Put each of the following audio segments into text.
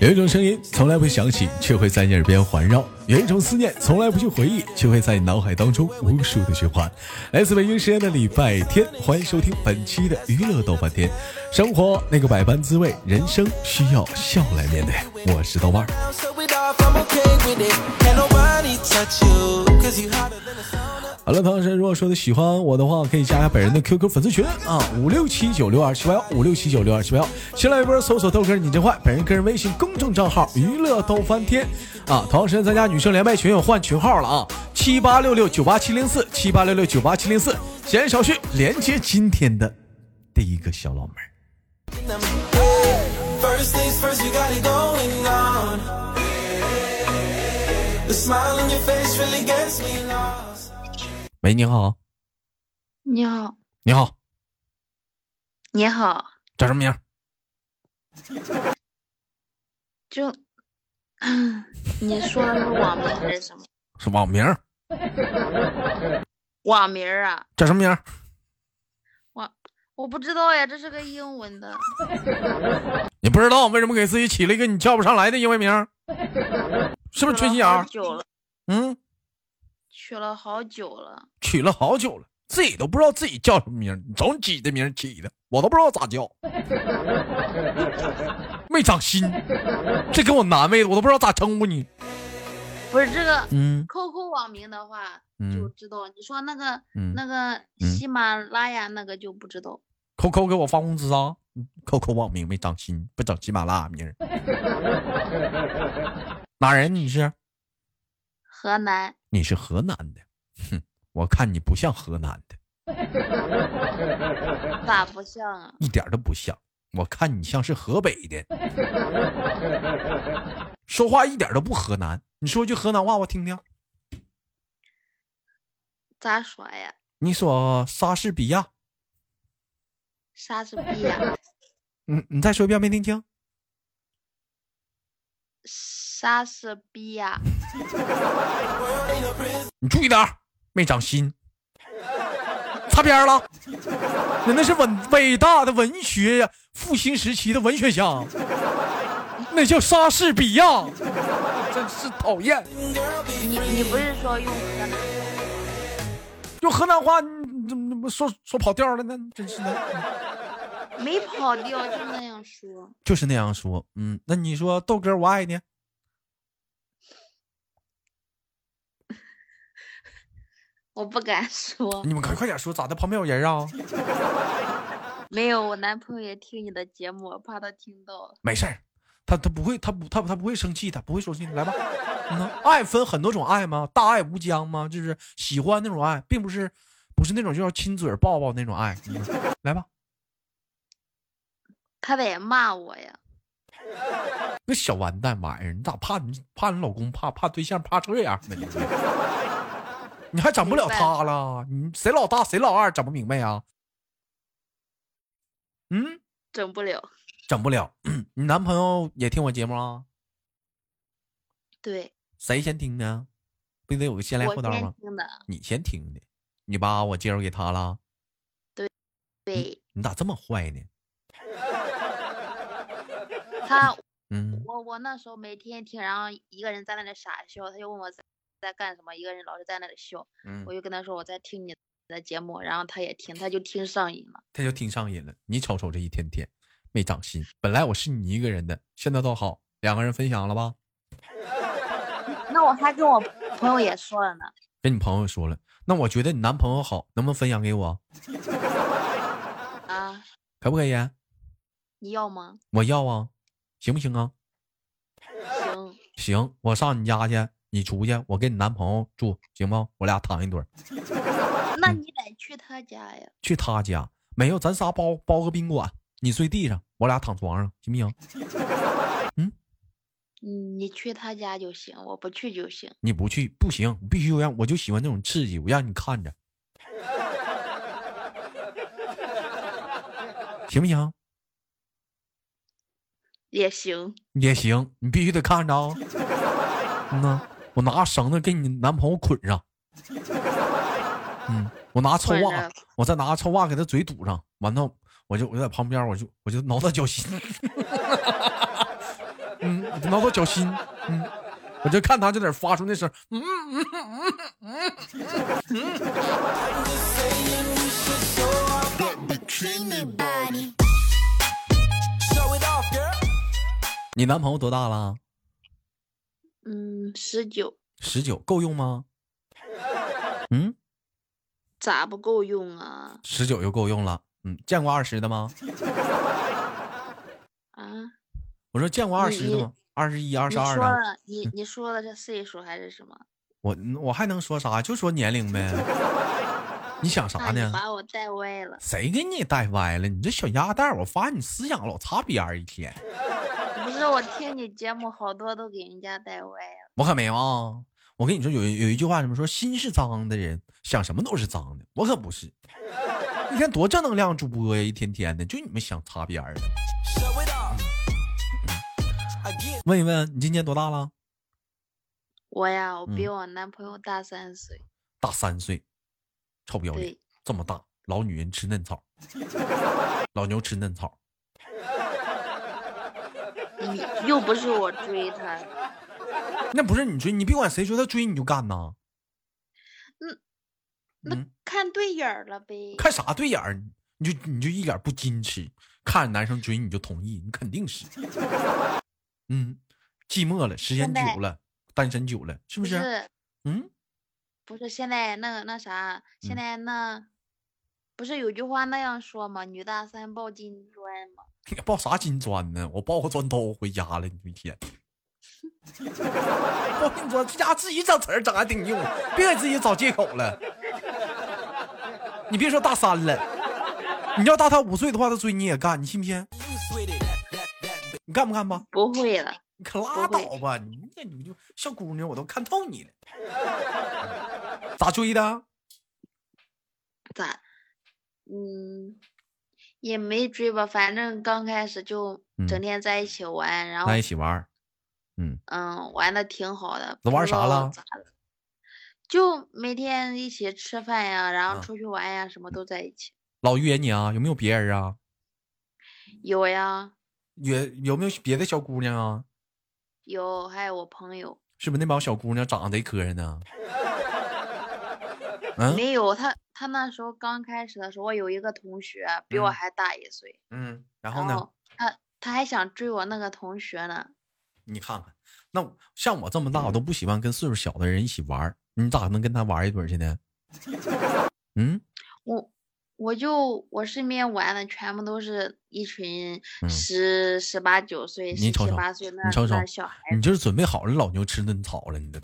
有一种声音从来不响起，却会在你耳边环绕；有一种思念从来不去回忆，却会在你脑海当中无数的循环。来自北京时间的礼拜天，欢迎收听本期的娱乐豆瓣天。生活那个百般滋味，人生需要笑来面对。我是豆瓣儿。好了，同时如果说的喜欢我的话，可以加下本人的 QQ 粉丝群啊，五六七九六二七八幺，五六七九六二七八幺。新浪微博搜索豆哥你真坏，本人个人微信公众账号娱乐逗翻天啊。同样时间参加女生连麦群，有换群号了啊，七八六六九八七零四，七八六六九八七零四。闲言少叙，连接今天的第一个小老妹儿。 First things first, you got it going on. The smile on your face really gets me lost. 喂，你好，你好，你好，你好，叫什么名儿？就 你说的是网名还是什么？是网名儿？网名儿啊，叫什么名儿？网我不知道呀，这是个英文的，你不知道为什么给自己起了一个你叫不上来的英文名儿？是不啊是缺心眼好儿？久了，嗯，取了好久了，取了好久了，自己都不知道自己叫什么名儿，你瞅你起的名儿起的，我都不知道咋叫， 没长心，这给我难为的，我都不知道咋称呼你。不是这个嗯 QQ 网名的话就嗯知道，你说那个嗯那个嗯喜马拉雅那个就不知道，扣扣给我发工资啊！扣扣网名没长心，不整喜马拉雅名儿。哪人你是？河南你是河南的，哼，我看你不像河南的，咋不像啊？一点儿都不像。我看你像是河北的， 说话一点儿都不河南。你说句河南话我听听。咋说呀？你说莎士比亚，莎士比亚，嗯，你再说一遍没听清？莎士比亚，你注意点儿，没长心，擦边儿了。那那是文伟大的文学呀，复兴时期的文学家，那叫莎士比亚，真是讨厌。你你不是说用河南？用河南话，你怎么怎么说说跑调了呢？真是的，没跑调，就那样说。 就是那样说。嗯，那你说豆哥我爱你，我不敢说，你们快快点说，咋的？旁边有人啊？没有，我男朋友也听你的节目，我怕他听到了。没事儿，他他不会，他不他他不会生气，他不会生气。来吧，嗯呐爱分很多种爱吗？大爱无疆吗？就是喜欢那种爱，并不是不是那种就要亲嘴儿抱抱那种爱。嗯呐来吧，他得骂我呀，那小完蛋玩意儿，你咋怕你怕你老公怕怕对象怕这样呢？你 你还整不了他了？你谁老大谁老二整不明白呀、嗯，整不了。整不了。嗯你男朋友也听我节目啊？对，谁先听呢？不得有个先来我后到吗先？听的。你先听的，你把我介绍给他了，对你咋这么坏呢？他，嗯，我我那时候每天听，然后一个人在那里傻笑，他就问我在在干什么，一个人老是在那里笑，嗯我就跟他说我在听你的节目，然后他也听，他就听上瘾了。他就挺上瘾了。你瞅瞅这一天天没长心，本来我是你一个人的，现在倒好，两个人分享了吧？那我还跟我朋友也说了呢，跟你朋友说了，那我觉得你男朋友好，能不能分享给我？啊，可不可以？你要吗？我要啊，行不行啊？行，行，我上你家去，你出去，我跟你男朋友住，行吗？我俩躺一堆儿，嗯那你得去他家呀。去他家没有？咱仨包包个宾馆，你睡地上，我俩躺床上，行不行？嗯，你去他家就行，我不去就行。你不去不行，必须让我就喜欢这种刺激，我让你看着，行不行？也行，也行，你必须得看着啊、嗯呐，我拿绳子给你男朋友捆上，嗯，我拿臭捆袜着，我再拿臭袜给他嘴堵上，完了我就我就在旁边，我就我就挠他脚心，嗯，我就挠他脚心，嗯，我就看他就在那儿发出那声，嗯， Show it off, girl. 你男朋友多大了？嗯，十九十九，够用 吗？嗯，咋不够用啊？十九就够用了。嗯，见过二十的吗？啊，我说见过二十的吗？二十一、二你十二嗯说啊的，了你你说的是岁数还是什么？我我还能说啥？就说年龄 呗。你想啥那你呢？把我带歪了，谁给你带歪了？你这小鸭蛋儿，我发现你思想老擦边儿一天。不是我听你节目好多都给人家带歪了。我可没有啊！我跟你说，有有一句话怎么说？心是脏的人想什么都是脏的。我可不是，一天多正能量主播呀，一天天的，就你们想擦边儿的。 Show it off. Again. 问一问，你今年多大了？我呀，我比嗯我男朋友大三岁，大三岁，臭不要脸对，这么大，老女人吃嫩草，老牛吃嫩草。你又不是我追他，那不是你追，你别管谁说他追你就干呐。嗯，嗯，看对眼儿了呗。看啥对眼儿，你就你就一点不矜持，看着男生追你就同意，你肯定是。嗯，寂寞了，时间现在久了，单身久了，是不不是？是嗯，不是现在那个那啥，现嗯在那、不是有句话那样说吗？女大三抱金砖吗？你抱啥金砖呢？我抱个砖头回家了，你一天。 抱金砖，这家自己整词儿整还挺用，别给自己找借口了。你别说大三了，你要大他五岁的话，他追你也干，你信不信？ Loose with it. That, that, that, that. 你干不干吧？不会了，你可拉不会倒吧！你这你就小姑娘，我都看透你了。咋追的？咋？嗯，也没追吧，反正刚开始就整嗯天在一起玩，然后在一起玩儿。嗯，嗯玩的挺好的。那玩不知啥道了咋了？就每天一起吃饭呀，然啊后出去玩呀，什么都在一起。老约你啊？有没有别人啊？有呀，约有没有别的小姑娘啊？有，还有我朋友。是不是那帮小姑娘长得贼磕碜 呢？嗯没有，他他那时候刚开始的时候，我有一个同学比我嗯还大一岁，嗯，然后然呢？后他他还想追我那个同学呢，你看看，那我像我这么大，我都不喜欢跟岁数小的人一起玩儿，你咋能跟他玩一堆儿去呢？ 嗯，我我就我身边玩的全部都是一群嗯十十八九岁、你十瞅七瞅八岁那你瞅那瞅小孩你子，就是准备好了老牛吃嫩草了，你这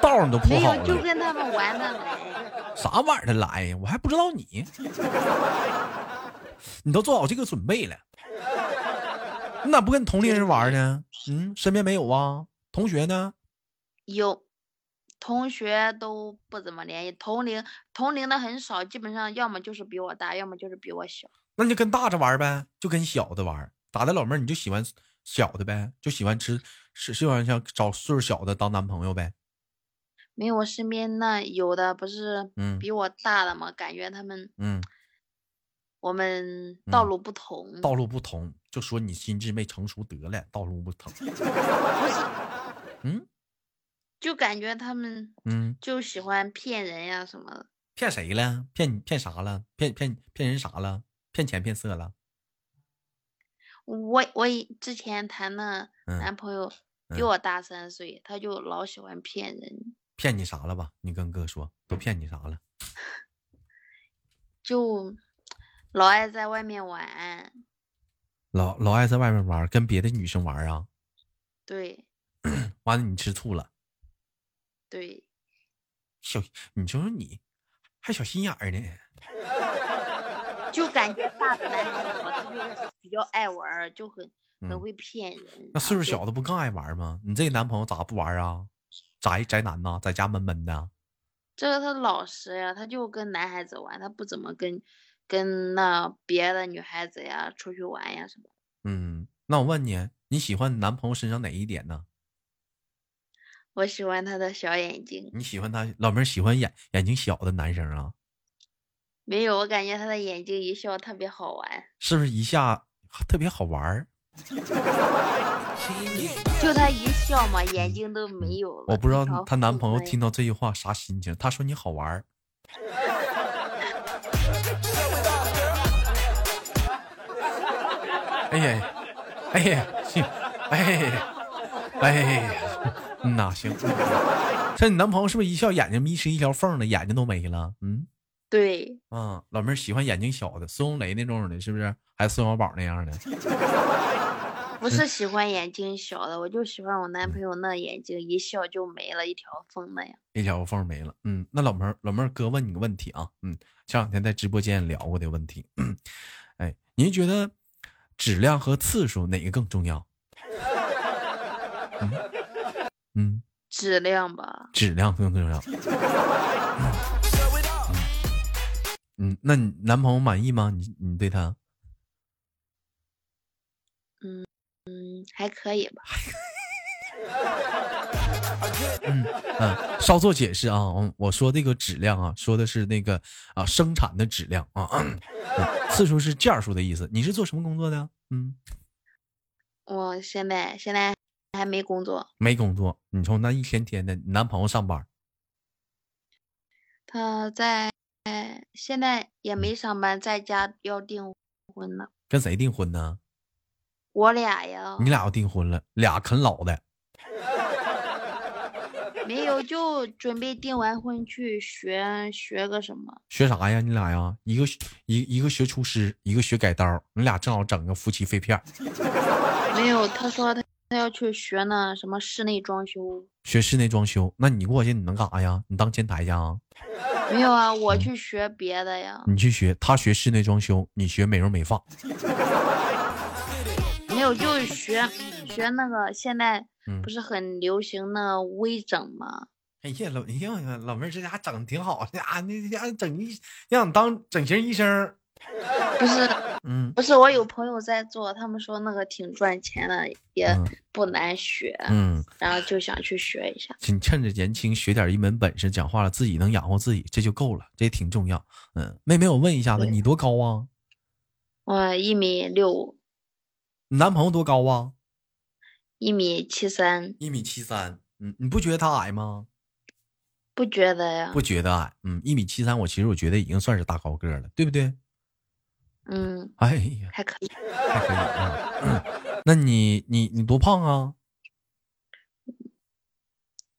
道儿你都铺没好有就了，跟他们玩的来，啥玩意儿的来呀？我还不知道你， 你都做好这个准备了，你咋不跟同龄人玩儿呢？嗯，身边没有啊？同学呢？有。同学都不怎么联系，同龄同龄的很少，基本上要么就是比我大，要么就是比我小。那你就跟大着玩儿呗，就跟小的玩儿。咋的，老妹儿你就喜欢小的呗，就喜欢吃，是喜欢像找岁数小的当男朋友呗。没有，我身边那有的不是嗯比我大的嘛，感觉他们嗯，我们道嗯路不同，道路不同，就说你心智没成熟得了，道路不同。不是嗯就感觉他们嗯，就喜欢骗人呀、什么的。骗谁了？骗你骗啥了？骗骗骗人啥了？骗钱骗色了？我我以之前谈的嗯，男朋友比嗯我大三岁，他就老喜欢骗人，骗你啥了吧？你跟哥说，都骗你啥了？就老爱在外面玩。老老爱在外面玩儿，跟别的女生玩儿啊？对完了，你吃醋了。对，小，你瞅瞅你，还小心眼儿呢。就感觉大的男孩子嘛，他就比较爱玩儿，就很嗯很会骗人。那岁数就小的不更爱玩吗？你这男朋友咋不玩啊？宅宅男呐，在家闷闷的。这个他老实呀，他就跟男孩子玩，他不怎么跟跟那别的女孩子呀出去玩呀什么。嗯，那我问你，你喜欢你男朋友身上哪一点呢？我喜欢他的小眼睛，你喜欢他老妹儿喜欢眼眼睛小的男生啊？没有，我感觉他的眼睛一笑特别好玩，是不是一下特别好玩儿？ 就他一笑嘛，眼睛都没有了。我不知道正常她男父朋友母听到这句话啥心情。他说你好玩儿，哎呀，哎呀，行，哎呀，哎呀，嗯呐，行。这你男朋友是不是一笑眼睛眯成一条缝儿了，眼睛都没了？嗯对，啊，老妹儿喜欢眼睛小的，孙红雷那种的，是不是？还是孙小宝那样的？不是喜欢眼睛小的，我就喜欢我男朋友那眼睛一笑就没了一条缝那样。一条缝没了。嗯，那老妹儿，老妹儿哥问你个问题啊，嗯，前两天在直播间聊过的问题， 哎，您觉得质量和次数哪个更重要？嗯，嗯质量吧，质量更重要。嗯，那你男朋友满意吗？你你对他嗯，还可以吧。嗯，稍作解释啊，嗯我说这个质量啊，说的是那个啊生产的质量啊， 嗯次数是件儿数的意思。你是做什么工作的？嗯，我现在现在还没工作，没工作。你瞅那一天天的，你男朋友上班，他在现在也没上班，在家要订婚了。跟谁订婚呢？我俩呀，你俩要订婚了，俩啃老的，没有就准备订完婚去学学个什么。学啥呀？你俩呀，一个学一一个学厨师，一个学改刀，你俩正好整个夫妻肺片儿，没有，他说他他要去学那什么室内装修。学室内装修。那你过去你能干啥呀？你当前台去啊？没有啊，我去学别的呀。你去学，他学室内装修，你学美容美发。没有，就是学学那个现在嗯不是很流行那微整吗？哎呀，老你看看老妹儿这家整的挺好，这家那家整医让你当整形医生，不是嗯不是，我有朋友在做，他们说那个挺赚钱的，也嗯不难学，嗯，然后就想去学一下。请趁着年轻学点一门本事，讲话了自己能养活自己，这就够了，这也挺重要。嗯，妹妹，我问一下子，对你多高啊？我一米六五，你男朋友多高啊？一米七三，一米七三。嗯，你不觉得他矮吗？不觉得呀不？觉得矮。嗯，一米七三，我其实我觉得已经算是大高个了，对不对？嗯，哎呀，还可以。还可以啊。嗯 那你你你多胖啊？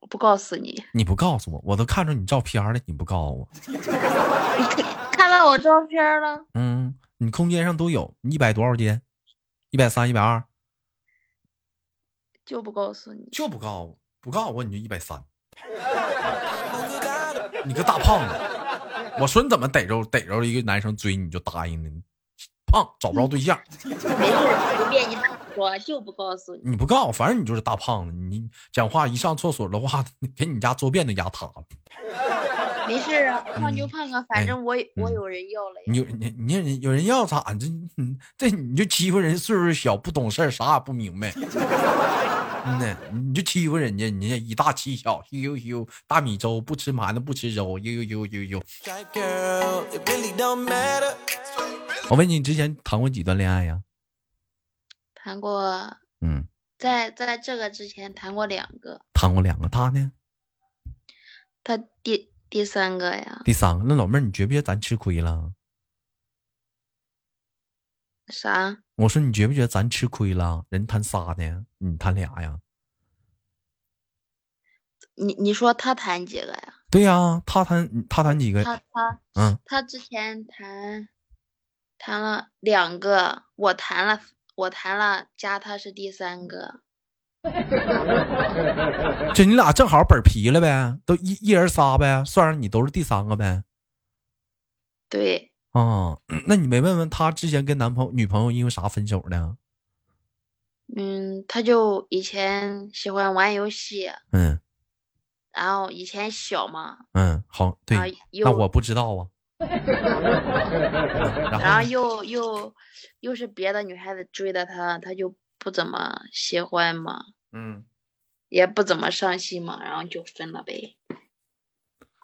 我不告诉你，你不告诉我，我都看着你照片了，你不告诉我。你看看到我照片了？嗯，你空间上都有，你一百多少斤？一百三、一百二，就不告诉你。就不告诉我，不告诉我你就一百三，你个大胖 子！我说你怎么逮着逮着一个男生追你就答应呢？胖找不着对象，没事儿，随便你怎么说，就不告诉你。你不告诉我，反正你就是大胖子。你讲话一上厕所的话，给你家坐便都压塌了。没事儿啊，胖就胖啊，哎反正我也我嗯有人要了呀。你有你你你有人要咋？你这你这你就欺负人，岁数小不懂事儿，啥也不明白。嗯呐，你就欺负人家，人家以大欺小，呦呦呦，大米粥不吃馒头不吃粥，呦呦呦呦呦。 Straight girl, it really don't matter. 我问你，你之前谈过几段恋爱呀？谈过，嗯，在在这个之前谈过两个，谈过两个，他呢？他第第三个呀，第三个。那老妹儿，你觉不觉得咱吃亏了？啥？我说你觉不觉得咱吃亏了？人谈仨呢，你谈俩呀？你你说他谈几个呀？对呀、他谈他谈几个？他他嗯，他之前谈谈了两个，我谈了我谈了，加他是第三个，就你俩正好本儿皮了呗，都一一人仨呗，算上你都是第三个呗。对，啊，那你没问问她之前跟男朋友、女朋友因为啥分手的？嗯，他就以前喜欢玩游戏，嗯然后以前小嘛，嗯，好，对，啊那又我不知道啊。然然后后呢又又又是别的女孩子追的他，他就不怎么喜欢嘛，嗯，也不怎么上心嘛，然后就分了呗，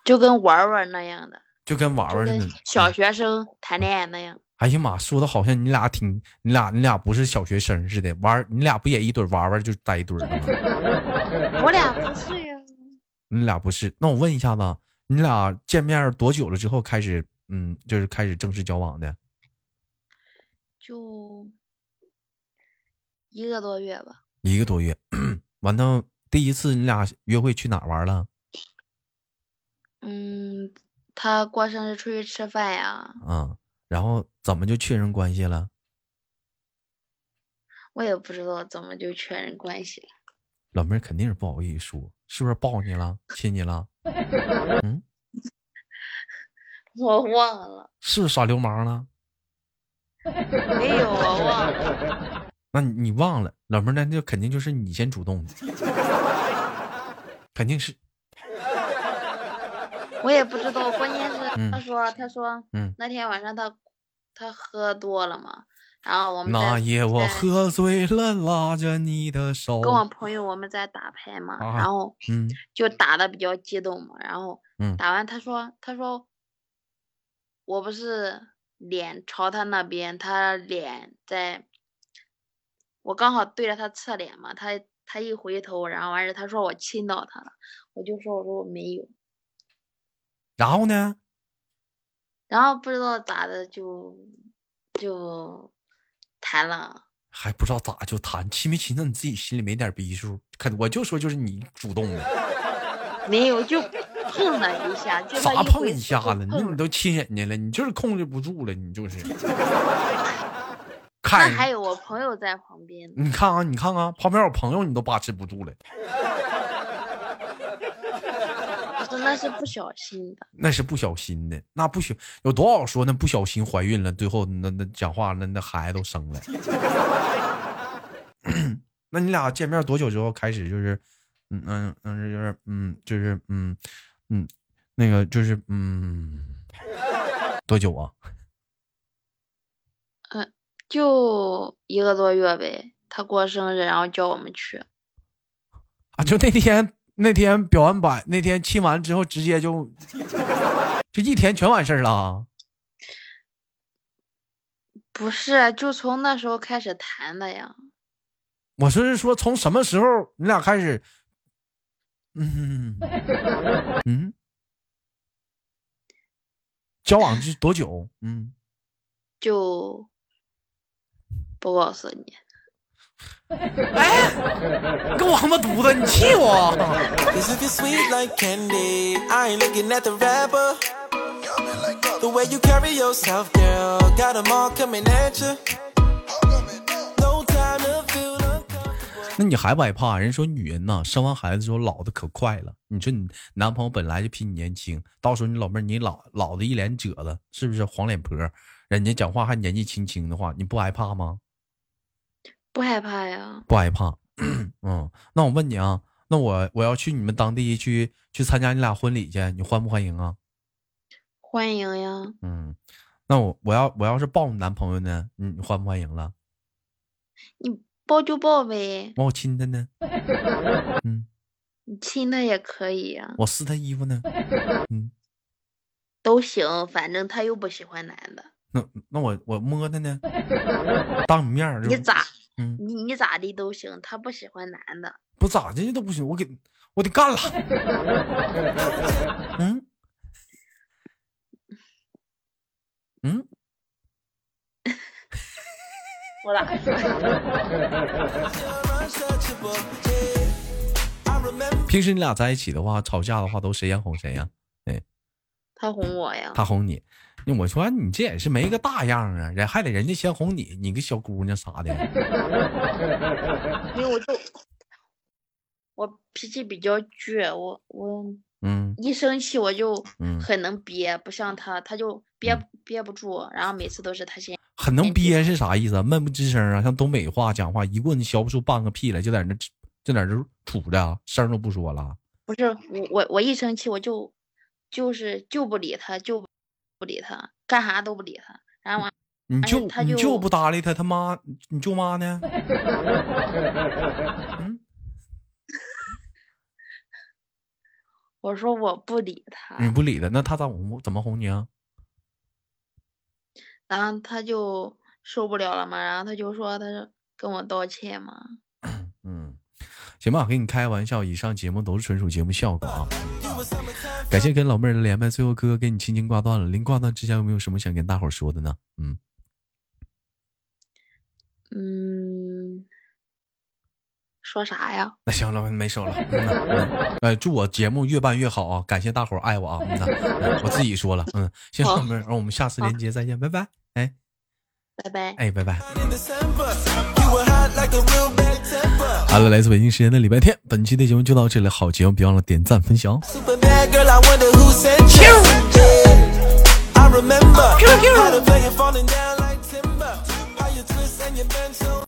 就跟玩玩那样的。就跟玩玩似的跟。小学生谈恋爱那样。哎呀妈，说的好像你俩挺，你俩你俩不是小学生似的，玩儿你俩不也一堆儿玩玩就在一堆儿的吗？我俩不是呀，你俩不是？那我问一下子，你俩见面多久了之后开始，嗯，就是开始正式交往的？就一个多月吧。一个多月。 完了，第一次你俩约会去哪儿玩了？嗯，他过生日出去吃饭呀，啊，然后怎么就确认关系了？我也不知道怎么就确认关系了。老妹儿肯定是不好意思说，是不是抱你了，亲你了？嗯，我忘了，是不是耍流氓了？没有，我忘了。那你你忘了，老妹儿，那就肯定就是你先主动的，肯定是。我也不知道，关键是嗯他说，他说，嗯那天晚上他他喝多了嘛，然后我们那在夜我在喝醉了，拉着你的手。跟我朋友我们在打牌嘛，啊然后嗯就打的比较激动嘛，然后嗯打完他说他说我不是脸朝他那边，他脸在，我刚好对着他侧脸嘛，他他一回头，然后完事他说我亲到他了，我就说我说我没有，然后呢？然后不知道咋的就就谈了，还不知道咋就谈亲没亲，那你自己心里没点逼数？肯我就说就是你主动的，没有就碰了一下，就啥他碰回一头下就子？那碰你了都亲人家了，你就是控制不住了，你 就是。那看人还有我朋友在旁边呢，你看啊，你看啊，旁边有朋友你都把持不住了，不是那是不小心的，那是不小心的，那不小有多少说那不小心怀孕了，最后那那讲话那那孩子都生了。 那你俩见面多久之后开始就是，嗯嗯嗯就是嗯就是嗯嗯那个就是嗯多久啊？就一个多月呗。他过生日，然后叫我们去，啊，就那天那天表完白，那天亲完之后直接就 就一天全完事儿了啊。不是啊就从那时候开始谈的呀。我说是说从什么时候你俩开始？嗯 嗯，交往是多久？嗯，就不告诉你，哎跟王八犊子，你气我！ Cause if you're sweet like candy, I ain't looking at the rapper. The way you carry yourself, girl, got 'em all coming at you. No time to feel uncomfortable. 那你害不害怕？人说女人呐、生完孩子之后老的可快了。你说你男朋友本来就比你年轻，到时候你老妹儿你老老的一脸褶子，是不是黄脸婆？人家讲话还年纪轻轻的话，你不害怕吗？不害怕呀。不害怕。 嗯，那我问你啊，那我我要去你们当地去去参加你俩婚礼去，你欢不欢迎啊？欢迎呀，嗯，那我我要我要是抱你男朋友呢，你你欢不欢迎了？你抱就抱呗，完我亲他呢？嗯，你亲他也可以呀，我撕他衣服呢？嗯，都行。反正他又不喜欢男的，那那我我摸他呢？当你面儿就你咋嗯你你咋地都行，他不喜欢男的。不咋的都不行，我给我得干了。 嗯嗯，我咋说呀？ You're untouchable, yeah. I remember 平时你俩在一起的话，吵架的话都谁先哄谁呀、他哄我呀，他哄你，那我说哎你这也是没个大样儿啊，人还得人家先哄你，你个小姑娘啥的，因为我就我脾气比较倔，我我嗯一生气我就嗯，很能憋，不像他，他就憋嗯憋不住，然后每次都是他先。很能憋是啥意思啊？闷不吱声啊，像东北话讲话，一棍子削不出半个屁来，就在那就在那杵着啊，声儿都不说了。不是我我我一生气我就就是就不理他，就不理他，干啥都不理他。然后完你哎就他你就就不搭理他，他妈你舅妈呢？嗯，我说我不理他，你不理他，那他咋哄怎么哄你啊？然后他就受不了了嘛，然后他就说他是跟我道歉嘛，嗯，行吧，给你开玩笑，以上节目都是纯属节目效果啊。 You were summertime 感谢跟老妹儿的连麦，最后哥哥给你轻轻挂断了。临挂断之前有没有什么想跟大伙儿说的呢？嗯，嗯，说啥呀？那行了，没手了。嗯呐嗯呃，祝我节目越办越好啊！感谢大伙儿爱我啊！嗯呐嗯我自己说了，嗯，行，好老妹儿，我们下次连接再见，拜拜。哎拜拜。哎，拜拜。 in December. You were hot like a real bad temper. 好了，来自北京时间的礼拜天，本期的节目就到这里，好节目别忘了点赞分享。哦 Super bad girl, I wonder who sent you. Yeah, I remember how to play it falling down.